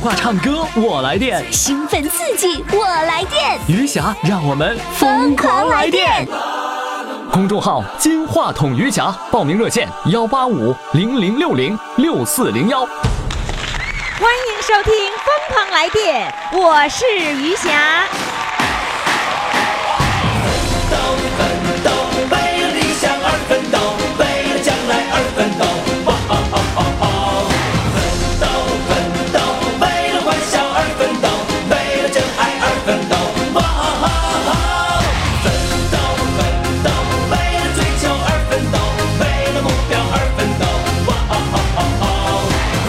话唱歌我来电，兴奋刺激，我来电，余霞让我们疯狂来电！公众号“金话筒余霞”，报名热线：幺八五零零六零六四零幺。欢迎收听《疯狂来电》，我是余霞。奋斗，奋斗，为了理想而奋斗，为了将来而奋斗，哇哦哦哦哦！奋斗，奋斗，为了欢笑而奋斗，为了真爱而奋斗，哇哦哦哦！奋斗，奋斗，为了追求而奋斗，为了目标而奋斗，哇哦哦哦哦！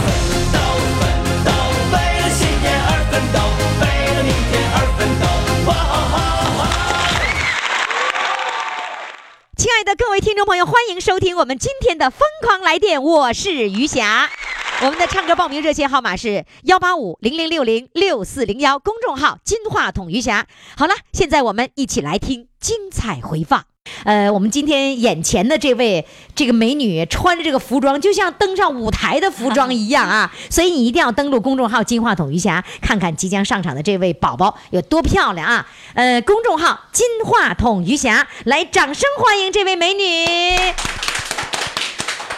奋斗，奋斗，为了信念而奋斗，为了明天而奋斗，哇哦哦哦！亲爱的各位听众朋友，欢迎收听我们今天的《疯狂来电》，我是余霞。我们的唱歌报名热线号码是幺八五零零六零六四零幺，公众号“金话筒余霞”。好了，现在我们一起来听精彩回放。呃，我们今天眼前的这位这个美女穿着这个服装，就像登上舞台的服装一样啊，所以你一定要登录公众号“金话筒余霞”，看看即将上场的这位宝宝有多漂亮啊！呃，公众号“金话筒余霞”，来，掌声欢迎这位美女。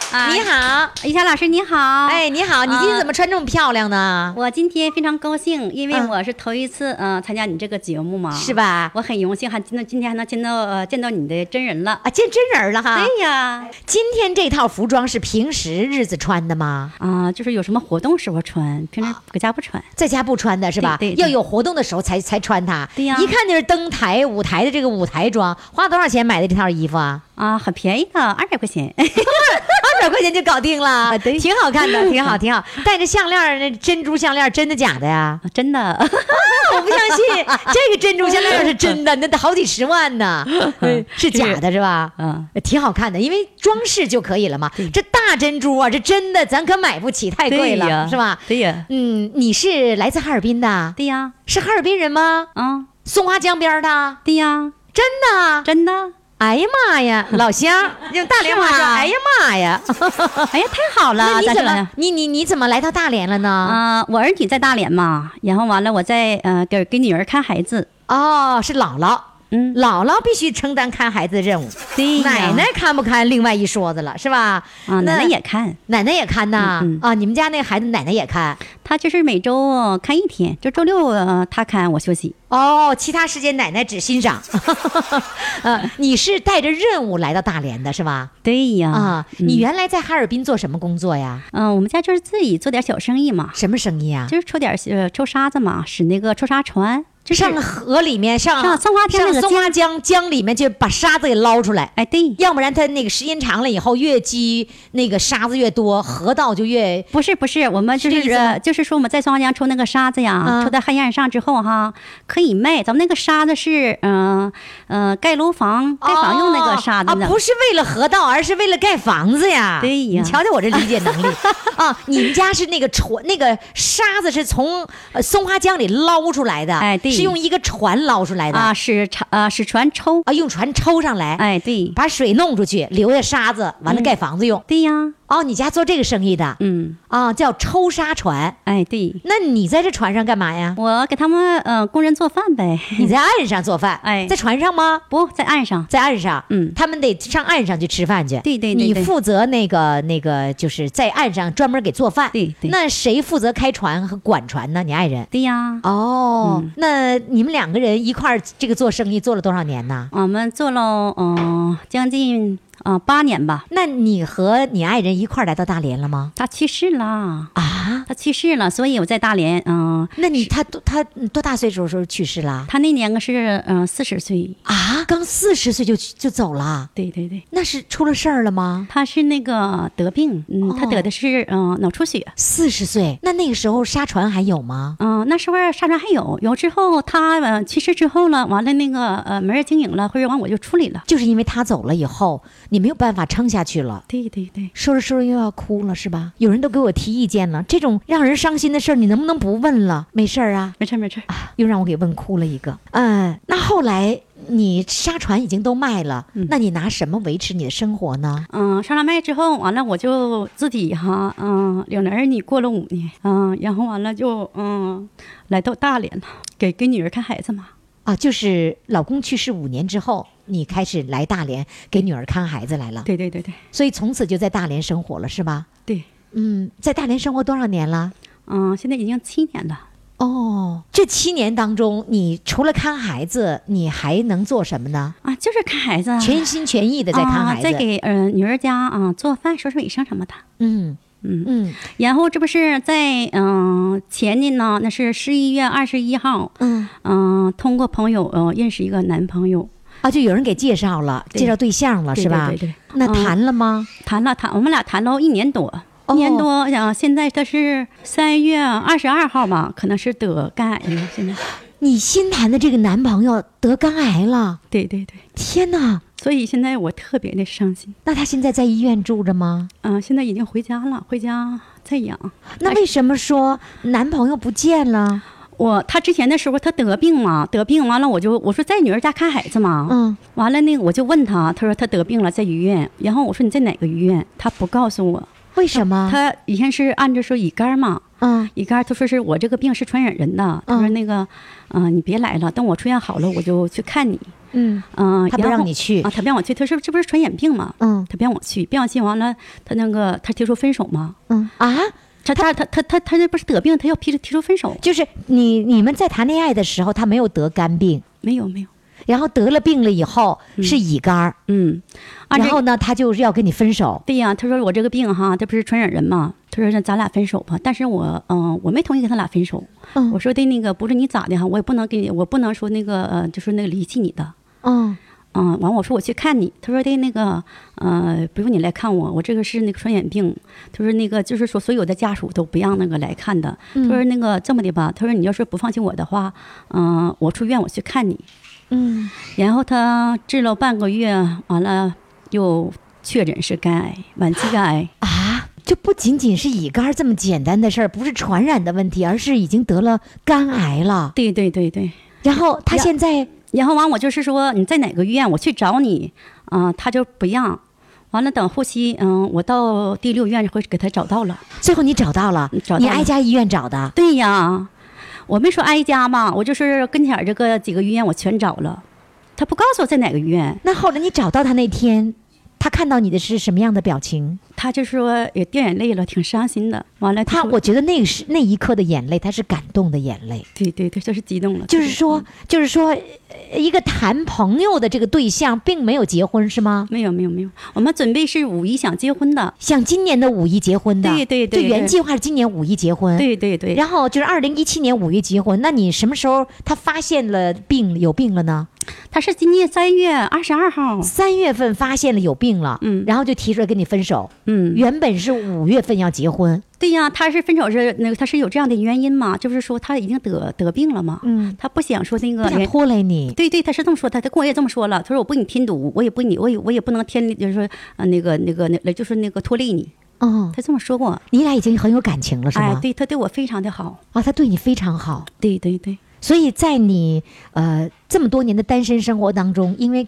啊你，好，于霞老师你好。啊哎，，你好，你今天怎么穿这么漂亮呢？我今天非常高兴，因为嗯我是头一次嗯、呃参加你这个节目嘛，是？吧？我很荣幸，还今今天还能见到呃见到你的真人了。啊，哎见真人了哈！对呀，今天这套服装是平时日子穿的吗？啊、就是有什么活动时候穿，平时搁家不穿。在家不穿的是吧？对对对要有活动的时候才才穿它。对呀一看就是登台舞台的这个舞台装，花多少钱买的这套衣服啊？啊，很便宜的，二百块钱。 二百块钱就搞定了，啊对挺好看 的，挺好，挺好。戴着项链儿，那珍珠项链儿真的假的 呀？真的，我不相信， 这个珍珠项链儿是真 的，那得好几十万呢，是假的是吧？嗯，挺好看的，因为装饰就可以了嘛。这大珍珠啊，这真的咱可买不起，太贵对了，呀是吧？对呀，嗯，你是来自哈尔滨的，对呀，是哈尔滨人吗？啊、松花江边儿的，对呀，真的啊？真的。哎呀妈呀，老乡，用大连话是说，吗哎呀妈呀，哎呀，太好那了，你大怎老师么，你你你怎么来到大连了呢？啊、我儿女在大连嘛，然后完了我在呃给给女儿看孩子，哦，是姥姥，嗯，姥姥必须承担看孩子的任务，对哎呀奶奶看不看另外一说子了，是吧？那啊，奶奶也看，奶奶也看呐嗯嗯啊，你们家那孩子奶奶也看他就是每周看一天，就周六呃他看我休息。哦，其他时间奶奶只欣赏。 呃，你是带着任务来到大连的是吧？对呀，啊，嗯你原来在哈尔滨做什么工作呀？嗯、我们家就是自己做点小生意嘛，什么生意啊？就是抽点呃抽沙子嘛，使那个抽沙船，就是上河里面上上松花江上那个松花江江里面去把沙子给捞出来，哎对，要不然它那个时间长了以后越积那个沙子越多，河道就越不是不是，我们就是这是意思吗呃就是说我们在松花江抽那个沙子呀，啊抽到海洋上之后哈，可以卖。咱们那个沙子是嗯嗯、呃盖楼房盖房用那个沙子哦啊，呢。不是为了河道，而是为了盖房子呀。对呀你瞧瞧我这理解能 力啊！你们家是那个船，那个沙子是从呃松花江里捞出来的，哎对是用一个船捞出来的啊，使船啊使船抽，啊用船抽上来，哎嗯对把水弄出去，留下沙子，完了盖房子用。对呀，哦，你家做这个生意的嗯啊，叫抽沙船。哎对，那你在这船上干嘛呀？ 我给他们呃工人做饭呗，你在岸上做饭？哎在船上吗？不在岸上。在岸上，嗯他们得上岸上去吃饭去。对对对你对负责那个那个，就是在岸上专门给做饭。对对那谁负责开船和管船呢？你爱人？对呀，哦，那你们两个人一块儿这个做生意做了多少年呢？我们做了嗯、呃将近啊八、年吧。那你和你爱人一块儿来到大连了吗？他去世了，啊，他去世了，所以我在大连。嗯、那你他多他多大岁数的时候去世了？他那年是嗯四十岁。啊，刚四十岁就就走了，对对对，那是出了事儿了吗？他是那个得病，哦嗯，他得的是嗯、呃脑出血。四十岁，那那个时候沙船还有吗？嗯、那时候沙船还有，有之后他呃去世之后了，完了那个呃没人经营了，或者完我就处理了。就是因为他走了以后，你没有办法撑下去了。对对对，说着说着又要哭了，是吧？有人都给我提意见了，这种让人伤心的事儿，你能不能不问了？没事儿啊，没事儿没事儿。又让我给问哭了一个。嗯，那后来你沙船已经都卖了，那你拿什么维持你的生活呢？嗯，上了麦之后，完了我就自己哈，嗯，领着儿女过了五年，嗯，然后完了就嗯，来到大连了，给给女儿看孩子嘛。啊，就是老公去世五年之后，你开始来大连给女儿看孩子来了，对对对对所以从此就在大连生活了，是吧？对，嗯，在大连生活多少年了？嗯，现在已经七年了。哦，这七年当中，你除了看孩子，你还能做什么呢？啊，就是看孩子啊，全心全意的在看孩啊、子，在给呃女儿家啊做饭、收拾卫生什么的。嗯嗯嗯然后这不是在嗯、前年呢，那是十一月二十一号，嗯，嗯、通过朋友呃认识一个男朋友，啊，就有人给介绍了，对介绍对象了，对啊是吧？对对对那嗯谈了吗？谈了谈，我们俩谈了一年多，哦一年多，啊，现在这是三月二十二号吧，可能是得肝癌了， 现在，你新谈的这个男朋友得肝癌了，对对对，天哪！所以现在我特别的伤心，那他现在在医院住着吗？嗯、现在已经回家了，回家再养。那为什么说男朋友不见了？我他之前的时候他得病嘛，得病完了我就我说在女儿家看孩子嘛，嗯，完了那个我就问他，他说他得病了在医院，然后我说你在哪个医院，他不告诉我，为什么？他以前是按着说乙肝嘛，嗯乙肝，他说是我这个病是传染人的，他说嗯那个，嗯、你别来了，等我出院好了我就去看你，嗯，嗯、他不然后让你去啊，他不让我去，他说这不是传染病吗？嗯他不让我去，不让我去完了，他那个他提出分手嘛，嗯啊，他他他他他他那不是得病，他要提出提出分手，就是你你们在谈恋爱的时候，他没有得肝病，没有没有，然后得了病了以后是乙肝儿，嗯，按然照后呢，他就是要跟你分手。对呀、他说我这个病哈，这不是传染人嘛？他说那咱俩分手吧，但是我嗯、我没同意跟他俩分手。嗯我说的那个不是你咋的哈，我也不能给你，我不能说那个呃，就是那个离弃你的。嗯嗯，完我说我去看你，他说的那个呃，不用你来看我，我这个是那个传染病，他说那个就是说所有的家属都不让那个来看的，嗯他说那个这么的吧，他说你要是不放心我的话，嗯、我出院我去看你，嗯，然后他治了半个月，完了又确诊是肝癌，晚期肝癌。啊，就不仅仅是乙肝儿这么简单的事儿，不是传染的问题，而是已经得了肝癌了。对对对对。然后他呀现在然后完，我就是说你在哪个医院，我去找你，嗯、他就不让。完了，等后期，嗯，我到第六院会给他找到了。最后你找到了，找到你了挨家医院找的。对呀，我没说挨家嘛，我就是跟前儿这个几个医院我全找了，他不告诉我在哪个医院，那后来你找到他那天，他看到你的是什么样的表情？他就呃说也掉眼泪了，挺伤心的。完了他，说我觉得那是那一刻的眼泪，他是感动的眼泪。对对对，就是激动了，就是说，就是说，呃一个谈朋友的这个对象并没有结婚是吗？没有没有没有，我们准备是五一想结婚的，像今年的五一结婚的，对对对就原对计划是今年五一结婚，对对对。然后就是二零一七年五月结婚，那你什么时候他发现了病有病了呢？他是今年三月二十二号，三月份发现了有病了，嗯然后就提出来跟你分手。嗯，原本是五月份要结婚，对呀，他是分手是那个，他是有这样的原因嘛？就是说他已经得得病了嘛，嗯，他不想说那个不想连，拖累你。对对，他是这么说的，他跟我也这么说了，他说我不给你添堵，我也不给你，我也我也不能添，就是说呃那个那个那，就是那个拖累你，嗯，他这么说过，你俩已经很有感情了，是哎吗？，对他对我非常的好，啊，他对你非常好，对对对，所以在你呃这么多年的单身生活当中，因为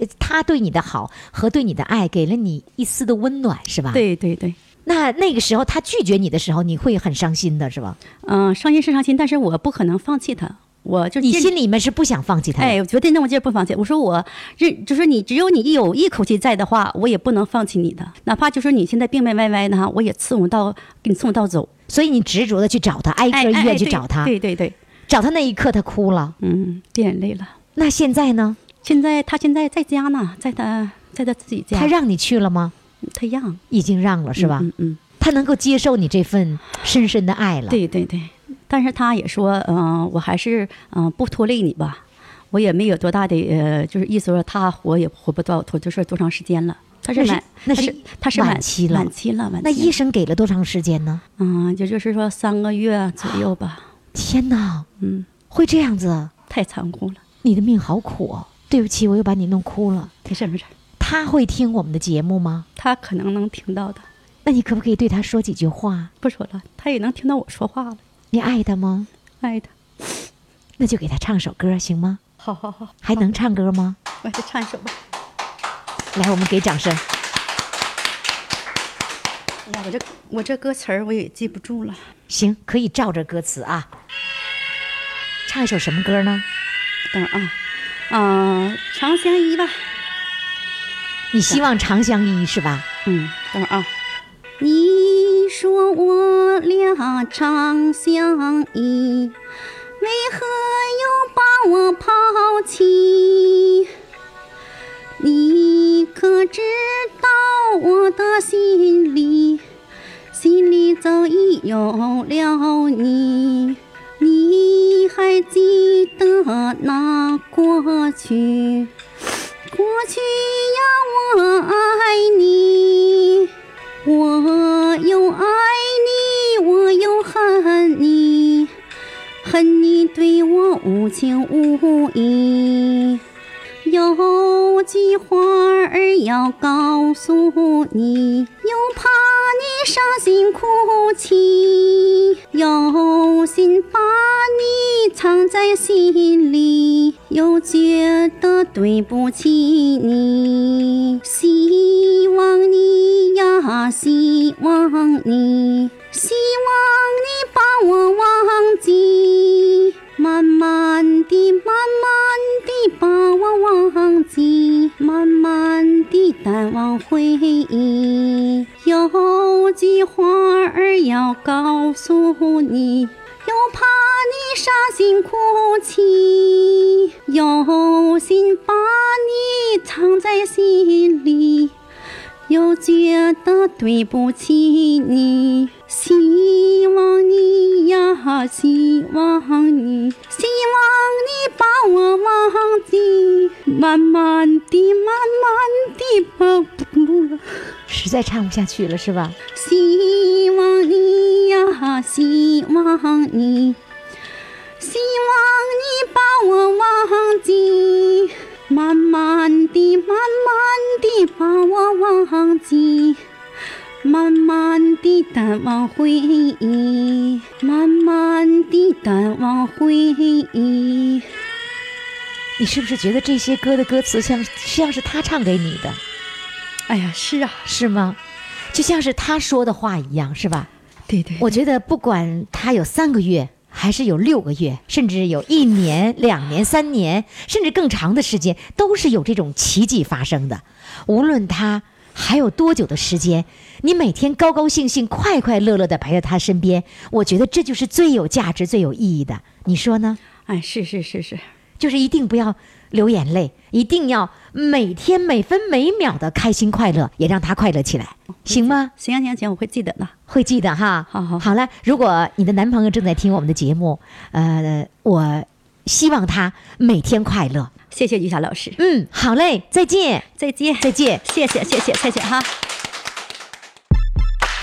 呃他对你的好和对你的爱，给了你一丝的温暖，是吧？。对对对，那那个时候他拒绝你的时候，你会很伤心的，是吧？嗯、伤心是伤心，但是我不可能放弃他，我就你坚心里面是不想放弃他的。嗯哎，我绝对那我就是不放弃。我说我认，就是你只有你有一口气在的话，我也不能放弃你的，哪怕就是你现在病病歪歪的哈，我也伺候到给你伺候到走。所以你执着的去找他，挨哎个医哎院哎去对找他，对对对，找他那一刻他哭了。嗯，掉眼泪了。那现在呢？现在他现在在家呢，在他在他自己家，他让你去了吗？他让已经让了是吧？嗯嗯，他能够接受你这份深深的爱了。对对对。但是他也说，嗯、我还是嗯、呃不拖累你吧，我也没有多大的呃，就是意思说他活也活不到多就是多长时间了。他是那是晚，那他是是他是晚晚期了晚期了，晚期那了医生给了多长时间呢？嗯，也就是说三个月左右吧。天哪，嗯，会这样子，太残酷了，你的命好苦哦。对不起，我又把你弄哭了。没事没事，他会听我们的节目吗？他可能能听到的，那你可不可以对他说几句话？不说了，他也能听到我说话了，你爱他吗？爱他。那就给他唱首歌行吗？好好好，还能唱歌吗？我再唱一首吧。来，我们给掌声。哎呀，我这我这歌词儿我也记不住了。行，可以照着歌词啊，唱一首什么歌呢？等会儿啊，嗯、长相依吧。你希望长相依是吧？嗯，等会儿啊。你说我俩长相依，为何又把我抛弃？你可知道我的心里，心里早已有了你。你还记得那过去？过去呀，我爱你，我又爱你，我又恨你，恨你对我无情无义。有句话儿要告诉你，又怕你伤心哭泣，有心把你藏在心里，又觉得对不起你。希望你呀，希望你，希望你把我忘记。慢慢地，慢慢地把我忘记，慢慢地淡忘回忆。有句话儿要告诉你，又怕你伤心哭泣，有心把你藏在心里。又觉得对不起你，希望你呀，希望你，希望你把我忘记，慢慢地，慢慢地把我，实在唱不下去了是吧？希望你呀，希望你，希望你把我忘记，慢慢地，慢慢地把我忘记，慢慢地淡忘回忆，慢慢地淡忘回忆。你是不是觉得这些歌的歌词像像是他唱给你的，哎呀，是啊，是吗？就像是他说的话一样，是吧？对对我觉得不管他有三个月，还是有六个月，甚至有一年、两年、三年，甚至更长的时间，都是有这种奇迹发生的。无论他还有多久的时间，你每天高高兴兴、快快乐乐的陪在他身边，我觉得这就是最有价值、最有意义的。你说呢？哎，是是是是，就是一定不要流眼泪，一定要每天每分每秒的开心快乐，也让他快乐起来，行吗？行行行，我会记得的。会记得哈。好好了，如果你的男朋友正在听我们的节目，呃，我希望他每天快乐。谢谢于霞老师，嗯，好嘞，再见，再见，再见。谢谢谢谢谢谢哈。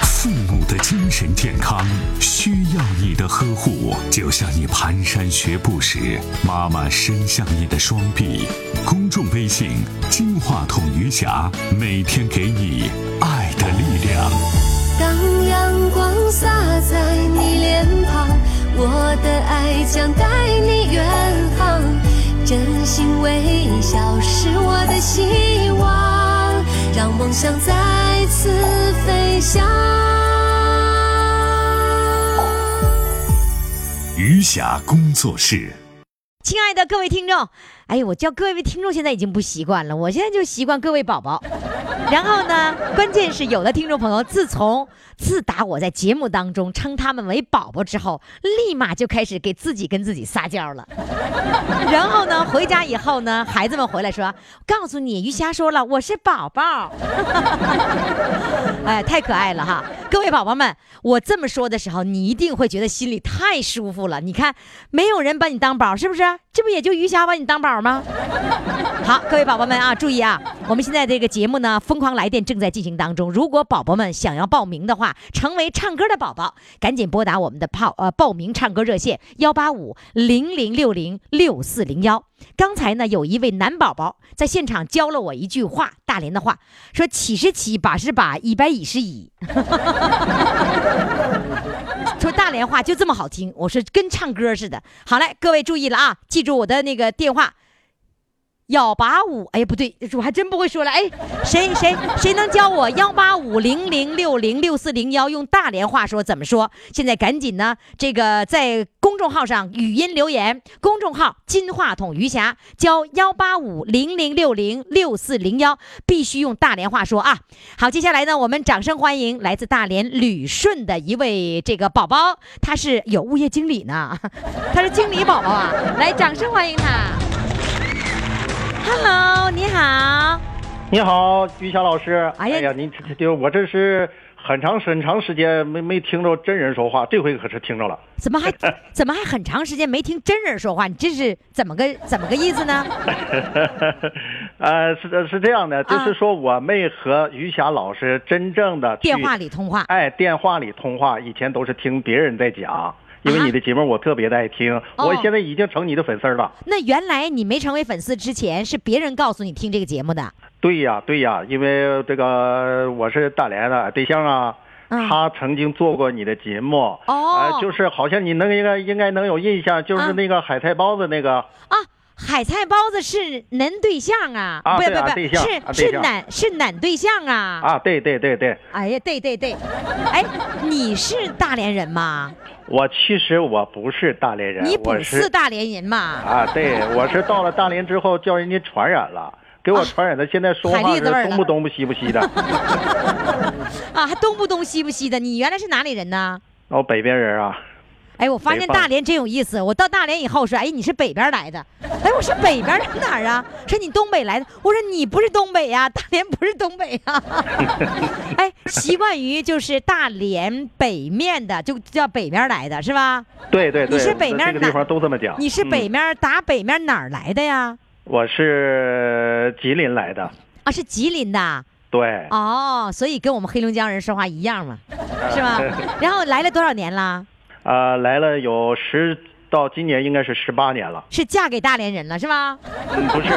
父母的精神健康需要你的呵护，就像你蹒跚学步时，妈妈伸向你的双臂。公众微信“金话筒余霞”，每天给你爱的力量。当阳光洒在你脸庞，我的爱将带你远航。真心微笑是我的希望，让梦想再次飞翔。余霞工作室。亲爱的各位听众，哎呦，我叫各位听众现在已经不习惯了，我现在就习惯各位宝宝。 然后呢，关键是有的听众朋友自从自打我在节目当中称他们为宝宝之后，立马就开始给自己跟自己撒娇了。 然后呢，回家以后呢，孩子们回来说：“告诉你，于霞说了，我是宝宝。” 哎，太可爱了哈！各位宝宝们，我这么说的时候，你一定会觉得心里太舒服了。你看，没有人把你当宝，是不是？这不也就余霞把你当宝吗？ 好，各位宝宝们啊，注意啊！我们现在这个节目呢，《疯狂来电》正在进行当中。如果宝宝们想要报名的话，成为唱歌的宝宝，赶紧拨打我们的报呃报名唱歌热线幺八五零零六零六四零幺。刚才呢，有一位男宝宝在现场教了我一句话，大连的话，说“七是七，八是八，一百一十一”。 说大连话就这么好听，我说跟唱歌似的。好嘞，各位注意了啊，记住我的那个电话幺八五，哎呀不对，我还真不会说了。哎，谁谁谁能教我幺八五零零六零六四零幺用大连话说怎么说？现在赶紧呢，这个在公众号上语音留言，公众号“金话筒余霞”教幺八五零零六零六四零幺，必须用大连话说啊。好，接下来呢，我们掌声欢迎来自大连旅顺的一位这个宝宝，他是有物业经理呢， 他是经理宝宝啊，来，掌声欢迎他。Hello，你好。你好，于霞老师。哎哎呀呀，您这这这，我这是很长很长时间没没听着真人说话，这回可是听着了。 怎么还怎么还很长时间没听真人说话？你这是怎么个怎么个意思呢？呃，是是这样的，就啊是说我没和于霞老师真正的电话里通话哎，电话里通话，以前都是听别人在讲。因为啊你的节目我特别的爱听，哦我现在已经成你的粉丝了。那原来你没成为粉丝之前，是别人告诉你听这个节目的。啊对呀，对呀，因为这个我是大连的对象啊，嗯他曾经做过你的节目，哦呃，就是好像你能应该应该能有印象，就啊是那个海菜包子那个，啊，海菜包子是男对象啊？啊不对啊不对不，象是、啊对是象男是男对象啊？啊，对对对对，哎呀，对对对，哎，你是大连人吗？我其实我不是大连人，你不我是是大连人 吗？ 啊，对，我是到了大连之后叫人家传染了，给我传染的，现在说海话蛎是子味儿了东不东不西 不西的，啊，还东不东西不西的，你原来是哪里人呢？哦，北边人啊，哎，我发北现方大连真有意思。我到大连以后说，哎，你是北边来的。哎，我说北边是哪儿啊？说你东北来的。我说你不是东北呀、大连不是东北呀、 哎，习惯于就是大连北面的，就叫北边来的是吧？对对对，你是北面这个地哪方都这么讲，你是北嗯面、打北面哪儿来的呀？我是吉林来的，啊，是吉林的。对，哦，所以跟我们黑龙江人说话一样嘛，是吧？然后来了多少年了？呃，来了有十到今年应该是十八年了。是嫁给大连人了是吧？嗯，不是，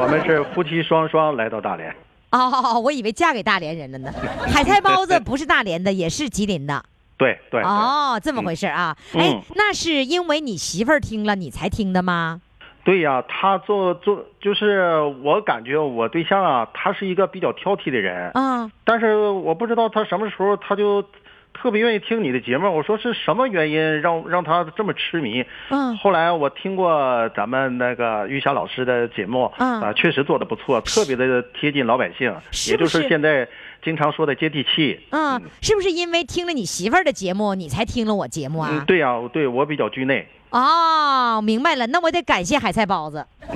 我们是夫妻双双来到大连。哦，我以为嫁给大连人了呢。海菜包子不是大连的，也是吉林的。对对对哦，这么回事啊？嗯哎嗯，那是因为你媳妇儿听了你才听的吗？对呀、他做做就是我感觉我对象啊，他是一个比较挑剔的人，啊，但是我不知道他什么时候他就特别愿意听你的节目。我说是什么原因让让他这么痴迷？嗯后来我听过咱们那个于霞老师的节目，嗯啊，确实做的不错，特别的贴近老百姓，是也不就是是现在经常说的接地气。嗯，是不是因为听了你媳妇儿的节目，你才听了我节目啊？嗯，对呀、对我比较拘内。哦，明白了，那我得感谢海菜包子。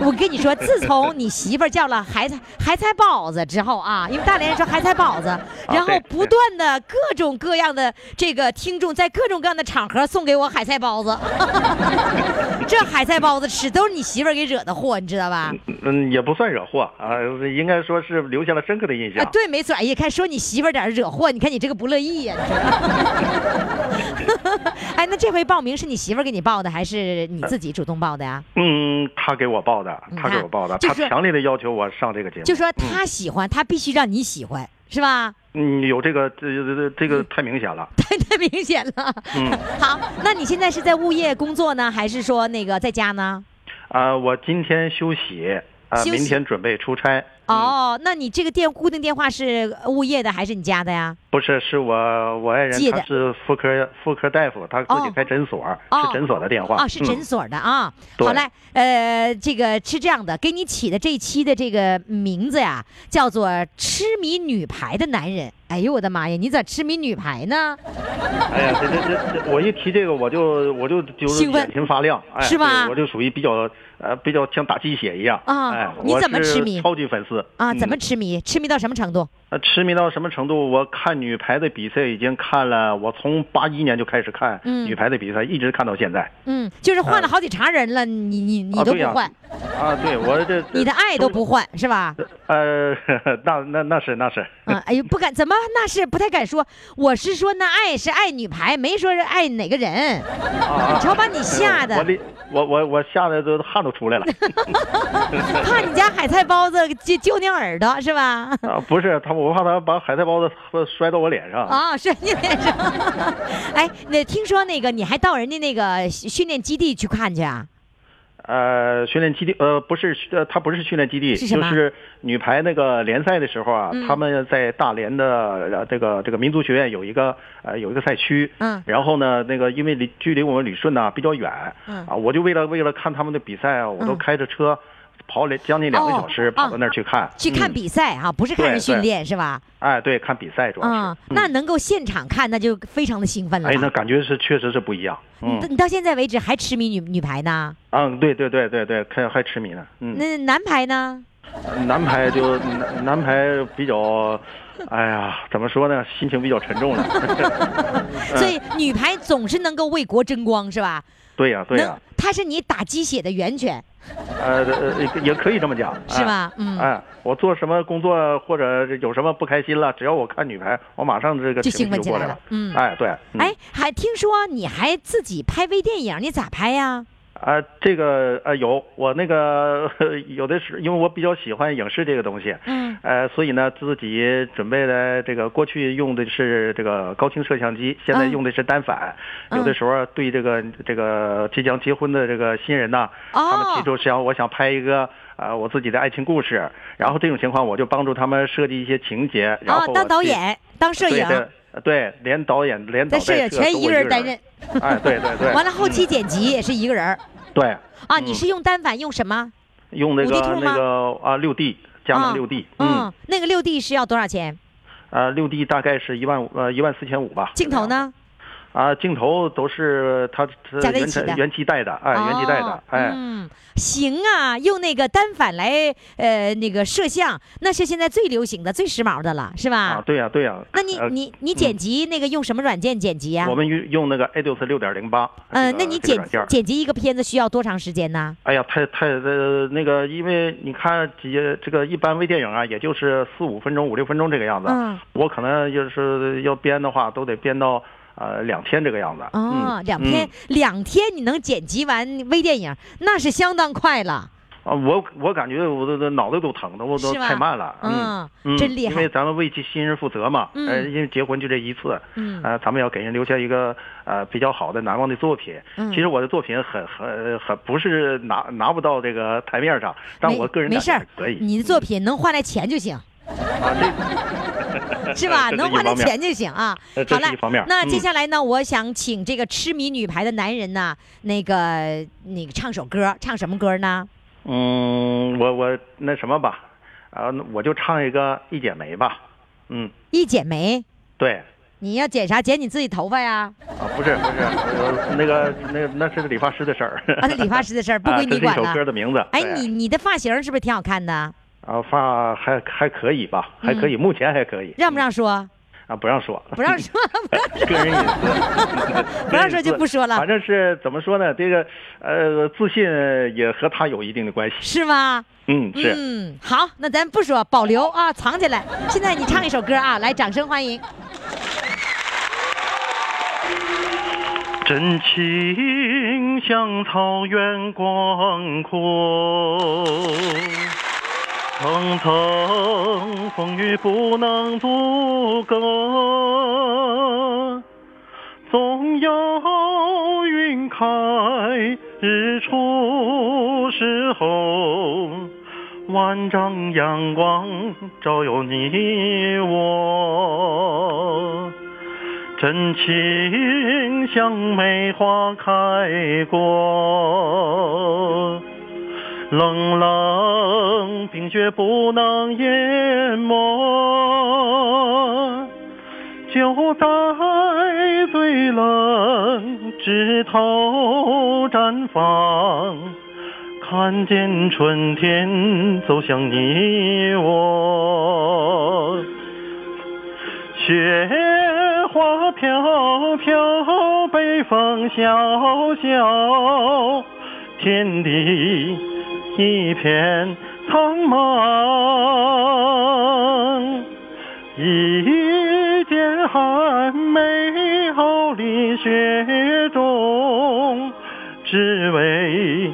我跟你说，自从你媳妇儿叫了海菜海菜包子之后啊，因为大连人说海菜包子，然后哦对不断的各种各样的这个听众在各种各样的场合送给我海菜包子， 这海菜包子吃都是你媳妇儿给惹的祸，你知道吧？嗯，也不算惹祸啊，应该说是留下了深刻的印象。啊，对，没错。哎呀，看说你媳妇儿点儿惹祸，你看你这个不乐意呀、你知道吗？ 哎，那这回报名是你媳妇儿给你报的，还是你自己主动报的呀？嗯，他给我报的你，看他给我报的，嗯啊就他是强烈的要求我上这个节目。就说他喜欢，他必须让你喜欢，是吧？ 嗯，有这个，这这这这个太明显了。太太明显了。嗯 好，那你现在是在物业工作呢，还是说那个在家呢？啊，我今天休息，啊，休息明天准备出差。嗯，哦，那你这个电固定电话是物业的还是你家的呀？不是，是我我爱人借，的他是妇科妇科大夫，他自哦己开诊所，哦是诊所的电话。啊，是诊嗯。所的啊。对好嘞，呃，这个是这样的，给你起的这一期的这个名字呀，叫做《痴迷女排的男人》。哎呦我的妈呀，你咋痴迷女排呢？哎呀，这这这这，我一提这个，我就我就就是兴奋眼睛发亮，哎，是吧对我就属于比较呃比较像打鸡血一样。啊哎，你我怎么是痴迷超级粉丝啊，怎嗯么痴迷？痴迷到什么程度？呃，痴迷到什么程度？我看女排的比赛已经看了，我从八一年就开始看嗯女排的比赛，一直看到现在。嗯，就是换了好几茬人了，你你你呃啊都对不呀换。啊，对我这这嗯 你的爱都不换是 吧？呃，那那那是那是，嗯，哎呦，不敢，怎么那是不太敢说。我是说，那爱是爱女排，没说是爱哪个人。你瞧把你吓啊嗯 我的，这我我我吓得都汗都出 来了怕你家海菜包子揪揪你耳朵是吧？啊！不是他，我怕他把海带包子摔到我脸上。啊，是你脸 上。哎，那听说那个你还到人家那个训练基地去看去啊？呃，训练基地呃不是呃，它不是训练基地，是什就么是女排那个联赛的时候啊，嗯他们在大连的呃这个这个民族学院有一个呃有一个赛区，嗯然后呢，那个因为离距离我们旅顺呢、比较远，嗯啊，我就为了为了看他们的比赛啊，我都嗯开着车跑两将近两个哦小时跑到那儿去看，去看嗯比赛哈、不是看人对训对练是吧？哎，对，看比赛主要是，啊、嗯那能够现场看，那就非常的兴奋了哎，那吧。感觉是确实是不一样，嗯你，你到现在为止还痴迷女女排呢？嗯，对对对对对，看还痴迷呢，嗯。那男排呢？男排就男男排比较，哎呀，怎么说呢？心情比较沉重了。 嗯所以女排总是能够为国争光，是吧？对呀、对呀能、，它是你打鸡血的源泉，呃呃，也可以这么讲，是吧嗯哎、哎我做什么工作或者有什么不开心了，只要我看女排，我马上这个就情兴绪奋起过来来了嗯哎，对，嗯哎，还听说你还自己拍微电影，你咋拍呀？啊、这个呃有我那个 有的是因为我比较喜欢影视这个东西，嗯，呃，所以呢自己准备了这个过去用的是这个高清摄像机，现在嗯用的是单反，嗯有的时候对这个这个即将结婚的这个新人呐、他们提哦，出想我想拍一个。呃，我自己的爱情故事，然后这种情况我就帮助他们设计一些情节，然哦后，我当导去演，当摄对影，对对，连导演连在导摄带影摄全都一我个人担任，，哎，对对 对，完了后期嗯剪辑也是一个人儿对，啊。你嗯是用单反用什么？用那五 D 个兔吗那个啊六 D 佳啊能六 D，嗯，那个六 D 是要多少钱？呃六 D 大概是一万五呃一万四千五吧。镜头呢？啊镜头都是它它加在一原起的产原机带的，哎原机带的哦，哎嗯，行啊，用那个单反来呃那个摄像，那是现在最流行的、最时髦的了，是吧？啊对呀对呀。那你呃你你剪辑那个用什么软件剪辑呀、我们用用那个 Ados 六点零八，嗯、那你这个剪软件儿剪辑一个片子需要多长时间呢？哎呀，太太呃那个，因为你看几这个一般微电影啊，也就是四五分钟、五六分钟这个样子。嗯，我可能就是要编的话，都得编到呃两天这个样子。哦，嗯、两天、嗯两天你能剪辑完微电影，那是相当快了，啊，我我感觉我的脑袋都疼的，我都是吧太慢了。嗯嗯真厉害因为咱们为其新人负责嘛，嗯呃，因为结婚就这一次，嗯呃，咱们要给人留下一个呃比较好的难忘的作品。嗯其实我的作品很很很不是拿拿不到这个台面上，但没我个人没感事觉儿可以，。嗯啊你的作品能换来钱就行。是吧？ 这是能一换来方面钱就行啊。呃好这是了一方面，那嗯接下来呢，我想请这个痴迷女排的男人呢，那个那个唱首歌，唱什么歌呢？嗯，我我那什么吧，啊、我就唱一个《一剪梅》吧。嗯，一剪梅，对，你要剪啥？剪你自己头发 呀？啊，不是不是，呃那个那个那是理发师的事儿。啊，那理发师的事 儿不啊归你管这是一首歌了。的名字。哎，对你你的发型是不是挺好看的？啊，发还还可以吧，还可嗯以，目前还可以。让不让说？啊？不让说，不让说， 个人隐私， 不让说就不说了反，正是怎么说呢？这个呃，自信也和他有一定的关系。是吗？嗯， 是。嗯，好，那咱不说，保留啊，藏起来。现在你唱一首歌啊，来，掌声欢迎。真情像草原广阔，层层风雨不能阻隔，总有云开日出时候，万丈阳光照耀你我。真情像梅花开过，冷冷冰雪不能淹没。就在最冷枝头绽放，看见春天走向你我。雪花飘飘，北风萧萧，天地一片苍茫。一剪寒梅傲立雪中，只为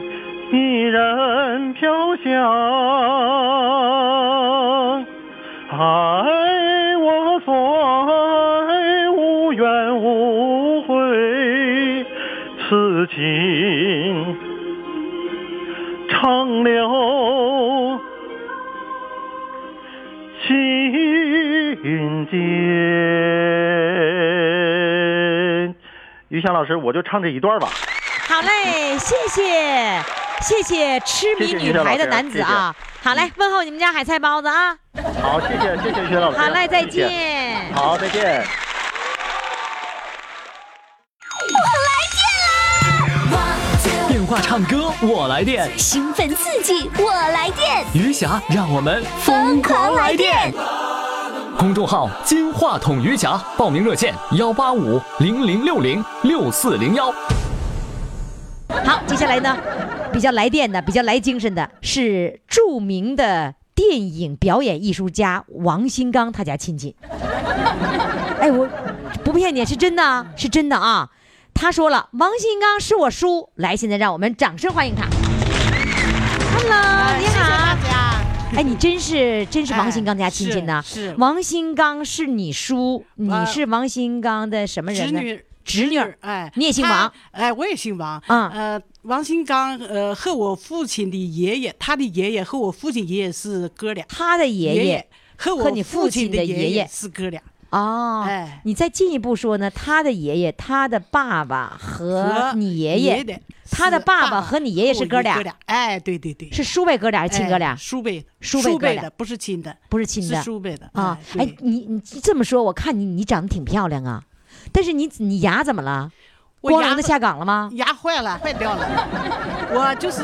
一人飘香。爱我所爱，无怨无悔，此情长留心间。于翔老师，我就唱这一段吧。好嘞，谢谢，谢谢痴迷谢谢女于谦孩的老师男子啊！好嘞，问候你们家海菜包子啊！好，谢谢谢谢于翔老师。好嘞，再谢谢见。好，再见。电话唱歌我来电，兴奋刺激，我来电，余霞让我们疯狂来电！公众号“金话筒余霞”，报名热线：幺八五零零六零六四零幺。好，接下来呢，比较来电的、比较来精神的是著名的电影表演艺术家王新刚他家亲戚。 哎，我不骗你，是真的啊，是真的啊。他说了，王新刚是我叔。来，现在让我们掌声欢迎他。Hello，你好。哎，你真是真是王新刚家亲戚呢、哎是是王新刚是你叔，你是王新刚的什么侄人呢？女，侄女哎，你也姓他王？哎，我也姓王。嗯呃，王新刚，呃，和我父亲的爷爷，他的爷爷和我父亲爷爷是哥俩，他的爷爷爷和和我你父父亲亲的爷爷爷是哥俩，哦，哎你再进一步说呢？他的爷爷、他的爸爸和和你爷爷，的他的是爸爸爸和你爷爷是我哥爷俩哥俩，哎，对对对，是叔辈哥俩还是亲哥俩哎？叔辈的，叔辈哥俩的，不是亲的，不是亲的是叔辈的啊，哎哎对，你你这么说，我看你你长得挺漂亮啊，但是你你牙怎么了？我光牙荣的不下岗了吗？牙坏了，坏掉了。我就是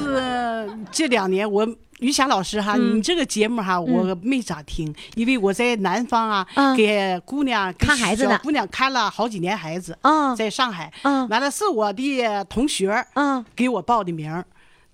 这两年，我于霞老师哈，嗯你这个节目哈，我没咋听，因为我在南方啊，嗯给姑娘给看孩子呢小姑娘看了好几年孩子啊在上海，啊完了是我的同学，啊给我报的名儿，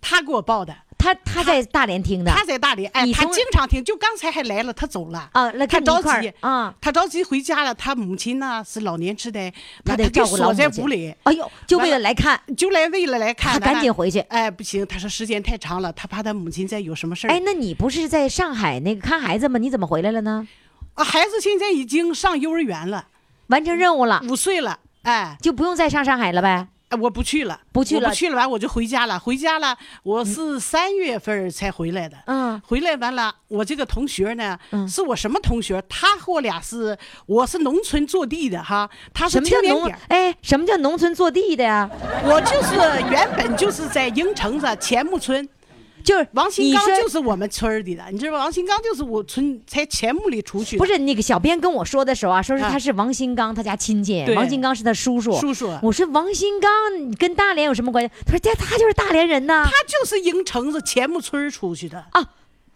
他给我报的，他他在大连听的，他在大连，哎，啊你他同经常听，就刚才还来了，他走了啊来他跟你一着块儿急啊他着急回家了，他母亲呢是老年痴呆，他完得他照就顾老锁母在亲屋里，哎呦，就为了完了来看。就来为了来看，他赶完了紧回去哎，不行，他说时间太长了，他怕他母亲再有什么事儿。哎，那你不是在上海那个看孩子吗？你怎么回来了呢？啊，孩子现在已经上幼儿园了，完成任务了，五岁了，哎，就不用再上上海了呗？哎我不去了，不去我了不去了，完我就回家了，回家了，我是三月份儿才回来的。嗯回来完了，我这个同学呢，嗯是我什么同学？他和我俩是，我是农村坐地的哈，他什是么叫青年农啊点儿？哎，什么叫农村坐地的呀？我就是原本就是在营城子钱木村。就是王新你刚说就是我们村儿里的，你知道吧？王新刚就是我村才钱木里出去的，不是那个小编跟我说的时候啊，说是啊他是王新刚他家亲戚，对王新刚是他叔叔。叔啊叔我说王新刚你跟大连有什么关系？他说这他就是大连人呐他，就是营城子钱木村儿出去的。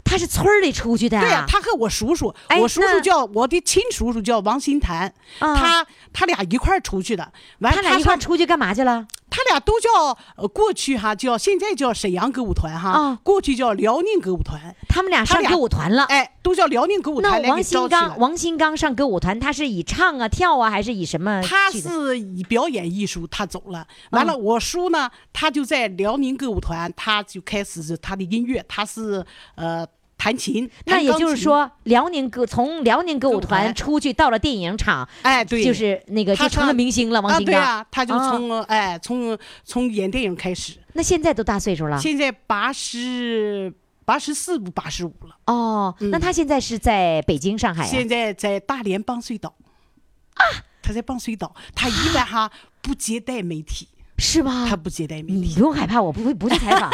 他是村儿里出去的、对呀、他和我叔叔，哎我叔那叔叫我的亲叔叔叫王新谭，啊他他俩一块儿出去的，完他俩一块儿上出去干嘛去了？他俩都叫呃过去哈叫现在叫沈阳歌舞团哈，啊过去叫辽宁歌舞团，他们俩上他俩歌舞团了。哎，都叫辽宁歌舞那团来王给招新去刚，了。王新刚上歌舞团，他是以唱啊、跳啊，还是以什么去的？他是以表演艺术，他走了。完哦了，我叔呢，他就在辽宁歌舞团，他就开始是他的音乐，他是呃弹琴。那弹也钢就是琴，说，辽宁歌从辽宁歌舞团团出去到了电影厂，哎，对，就是那个就他成了上明星了。王啊，新对刚，啊，他就啊从、哎从从演电影开始，那现在都大岁数了现在八十八十四不八十五了，哦。那他现在是在北京、上海啊？嗯现在在大连棒穗岛啊，他在棒穗岛，他一般哈不接待媒体，是吧他？不接待媒体。哎你不用害怕，我不会不去 采访。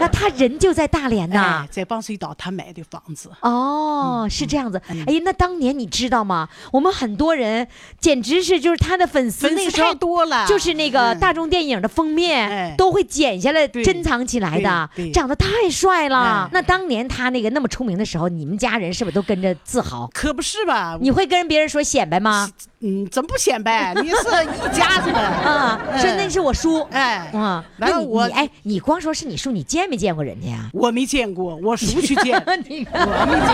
那他人就在大连呐哎，。嗯在棒穗岛他买的房子，哦，是这样子。哎呀，那当年你知道吗？我们很多人简直是就是他的粉丝，粉那个丝时候太多了就是那个嗯大众电影的封面哎都会剪下来对珍藏起来的对，对长得太帅了哎。那当年他那个那么出名的时候，你们家人是不是都跟着自豪？啊可不是吧？你会跟别人说显摆吗？嗯，怎么不显摆？你是一家子 的啊，说那是我叔。哎啊，完那了你我你哎，你光说是你叔，你见没见过人家呀？我没见过， 我叔去见，你看我没见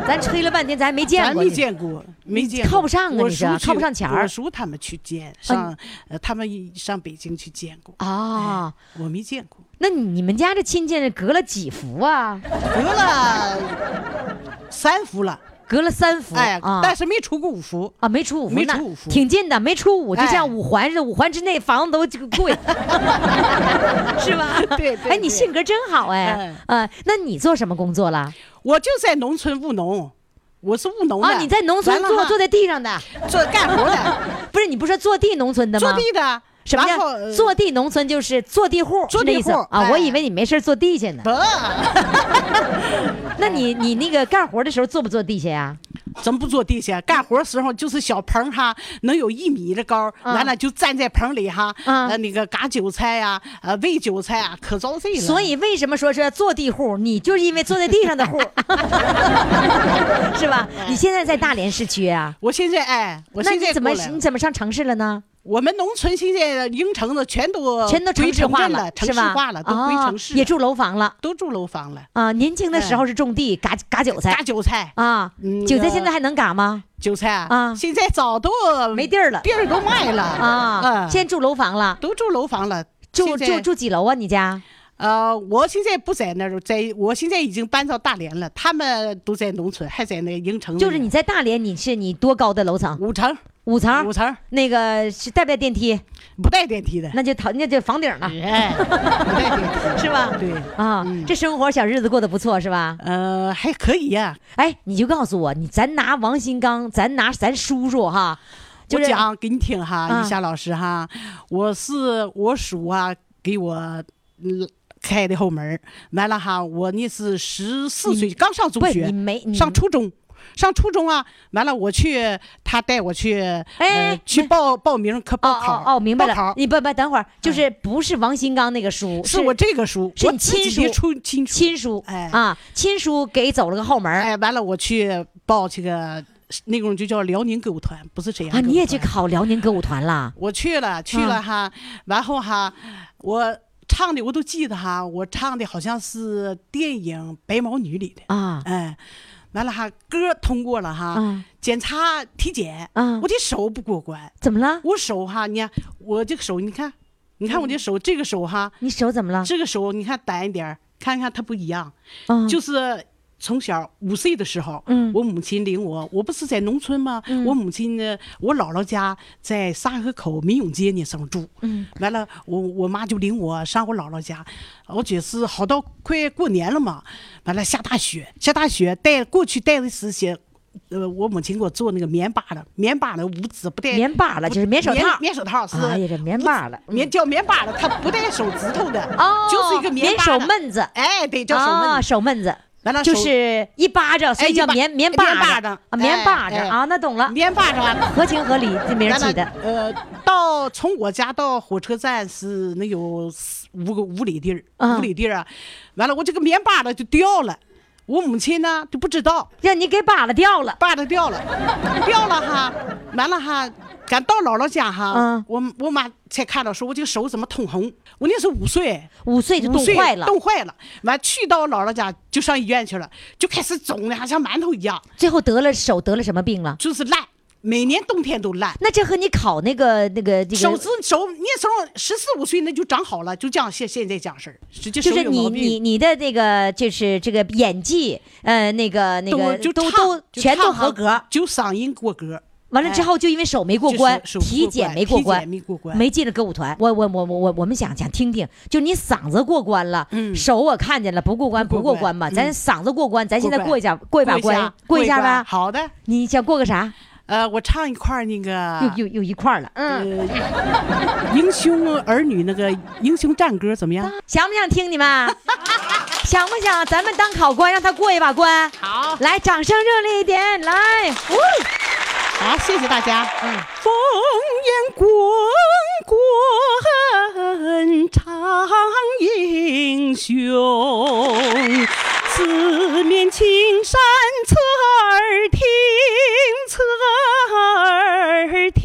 过。咱吹了半天，咱还没见咱过没你。见过，没见靠不上啊我你叔这去靠不上钱儿嗯我叔他们去见，上、呃，他们一上北京去见过，哎啊，我没见过，那你你们家这亲戚隔了几幅啊？ 得了三幅了，隔了三伏，哎，啊，但是没出过五福啊，没出五没福，那出五福挺近的，没出五，就哎像五环似的，五环之内房子都这个 贵，是吧？对对哎，你对性格真好哎哎，呃，那你做什么工作了？我就在农村务农，我是务农的。啊，你在农村完了坐哈坐在地上的，做干活 的，不是你不是说坐地农村的吗？做地的，什么然后呃叫坐地农村？就是坐地户，坐是这地意思户啊！我哎以为你没事儿坐地去呢。呃不，那你你那个干活的时候坐不坐地下呀？真不坐地下，干活时候就是小棚哈，能有一米的高，嗯完了就站在棚里哈，嗯呃那个嘎韭菜呀，呃喂韭菜啊，可遭罪了。所以为什么说是坐地户？你就是因为坐在地上的户， 是吧？你现在在大连市区啊？我现在哎，我那现你在怎么过来了你怎么上城市了呢？我们农村现在应城的全都全都城呃归市城化镇了，城是市吧？化了，都归哦城市了，也住楼房了都住楼房了，啊。年轻的时候是种地，嘎嘎韭嘎菜韭菜，啊嗯，韭菜那现在还能嘎吗？韭菜啊现在早都没地儿了地儿都卖了啊，嗯现在住楼房了，都住楼房了，住现在住住几楼啊？你家？呃，我现在不在那儿，在我现在已经搬到大连了，他们都在农村，还在那个营城那边。就是你啊在大连，你是你多高的楼层？五层，五层。五层那个是带不带电梯？不带电梯的，那就逃，那就房顶了，哎， 不带电梯是吧？对，啊，嗯这生活小日子过得不错，是吧？呃，还可以呀、哎，你就告诉我，你咱拿王新刚，咱拿咱叔叔哈，就是我讲给你听哈，啊玉霞老师哈，我是我叔啊，给我嗯开的后门儿完了哈，我那是十四岁刚上中不是学你，没你上初中。上初中啊，完了我去，他带我去，哎呃，去报报名可哦报考啊哦哦，明白报考嗯了。你不不，等会儿就是不是王新刚那个叔，是我这个叔，是我你自己亲的叔出亲叔。亲叔，哎啊，亲叔给走了个后门儿哎，完了我去报这个那种就叫辽宁歌舞团，不是沈阳啊，歌你舞也去团？考嗯辽宁歌舞团啦？我去了，去了哈，完后哈，我唱的我都记得哈，我唱的好像是电影《白毛女》里的，啊哎，完了哈，歌通过了哈，嗯检查体检，嗯哎我的手不过关，怎么了？我手哈，你看我这个手，你看，你看我这手，这个手哈，你手怎么了？这个手你看短一点儿，看看它不一样，啊就是从小五岁的时候，嗯我母亲领我，我不是在农村吗？我母亲呢，我姥姥家在沙河口民永街那上住，嗯，完了，我我妈就领我上我姥姥家，我觉是好到快过年了嘛，完了下大雪，下大雪带过去带的是些。呃，我母亲给我做那个棉巴的，棉巴的五指不带棉巴了不就是棉手套棉手套是。哎呀这棉巴了棉叫棉巴了，它不带手指头的，哦，就是一个棉棉巴手的闷子，哎，对，叫手啊闷子。手闷子。完了就手是一巴掌，所哎以一叫巴棉棉棉巴巴掌掌啊，棉哎巴哎掌啊，那懂了，棉巴 掌啊。合情合理，这名儿完了起的。呃，到从我家到火车站是能有四五个五里地嗯儿，五里地儿啊。完了，我这个棉巴子就掉了，我母亲呢就不知道，让你给扒拉掉了。巴子掉了，掉了哈，完了哈。赶到姥姥家哈，嗯我我妈才看到，说我这个手怎么通红？我那时候五岁，五岁就冻五岁坏了，冻坏了。完去到姥姥家就上医院去了，就开始肿的，还像馒头一样，最后得了手得了什么病了？就是烂，每年冬天都烂。那这和你考那个那个这手个指，手那时候十四五岁那就长好了，就这样现现在讲事儿，就这就手是有你毛你病。你的那个就是这个演技，呃，那个那个就都唱都就全都唱合好格。就嗓音过格。完了之后，就因为手没过关，哎就是手体检没过体关，检没过关进了歌舞团。我我我我我我们想想听听，就你嗓子过关了，手我看见了，不过关嗯不不过过关关吧，嗯咱嗓子过关，咱现在过关过一下过一把关，过一下吧。好的，你想过个啥？呃，我唱一块儿那个又又又一块儿了，嗯， 《英雄儿女》那个《英雄战歌》怎么样？想不想听你们？ 想不想咱们当考官，让他过一把关？好来，掌声热烈一点，来，呜好，谢谢大家。嗯烽烟滚滚唱英雄，四面青山侧耳听，侧耳听，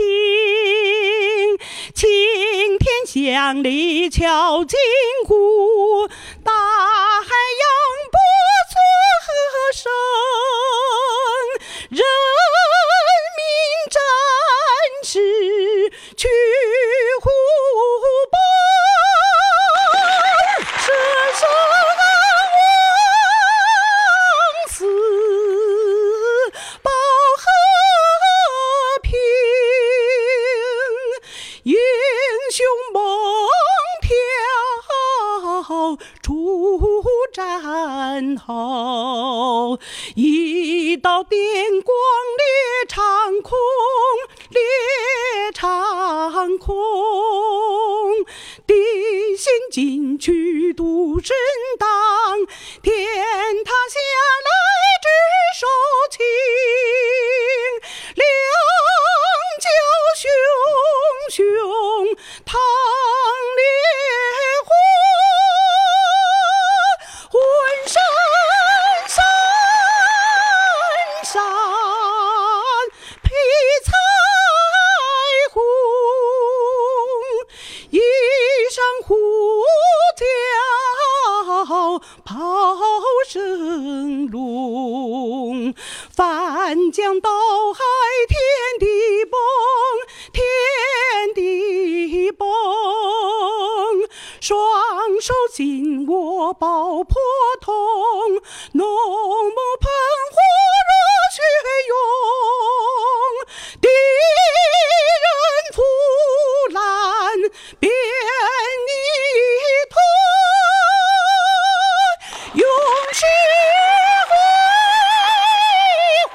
青天响里敲金鼓，大海扬波作声。人民战士去虎豹，舍生忘死。出战吼，一道电光裂长空，裂长空。地心进去度神当，天塌下来只手轻，两脚熊熊烫烈火。浑身闪闪披彩虹，一声呼叫炮声隆，翻江倒海天地崩，天地崩。双手紧握爆破筒，浓雾喷火热血涌，敌人腐烂变泥土，勇士辉煌，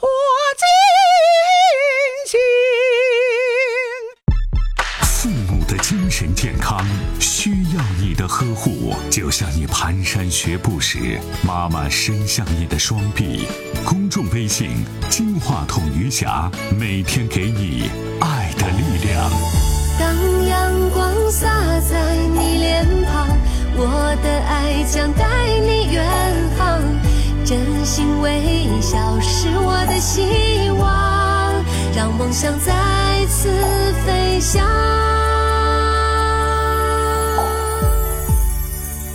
火尽星。父母的精神健康需要你的呵护，就像你蹒跚学步时，妈妈伸向你的双臂。公众微信“金话筒余霞”，每天给你爱的力量。当阳光洒在你脸庞，我的爱将带你远航。真心微笑是我的希望，让梦想再次飞翔。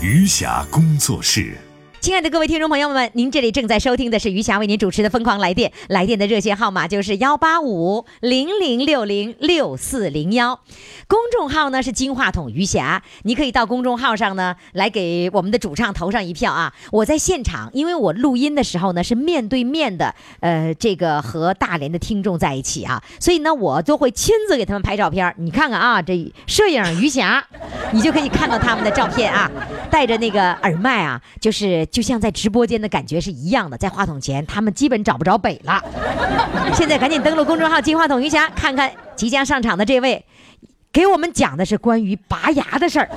余霞工作室。亲爱的各位听众朋友们，您这里正在收听的是余霞为您主持的《疯狂来电》，来电的热线号码就是幺八五零零六零六四零幺，公众号呢是金话筒余霞，你可以到公众号上呢来给我们的主唱投上一票啊！我在现场，因为我录音的时候呢是面对面的，呃，这个和大连的听众在一起啊，所以呢我都会亲自给他们拍照片儿，你看看啊，这摄影余霞，你就可以看到他们的照片啊，带着那个耳麦啊，就是就像在直播间的感觉是一样的，在话筒前他们基本找不着北了。现在赶紧登录公众号“金话筒余霞”，看看即将上场的这位，给我们讲的是关于拔牙的事儿。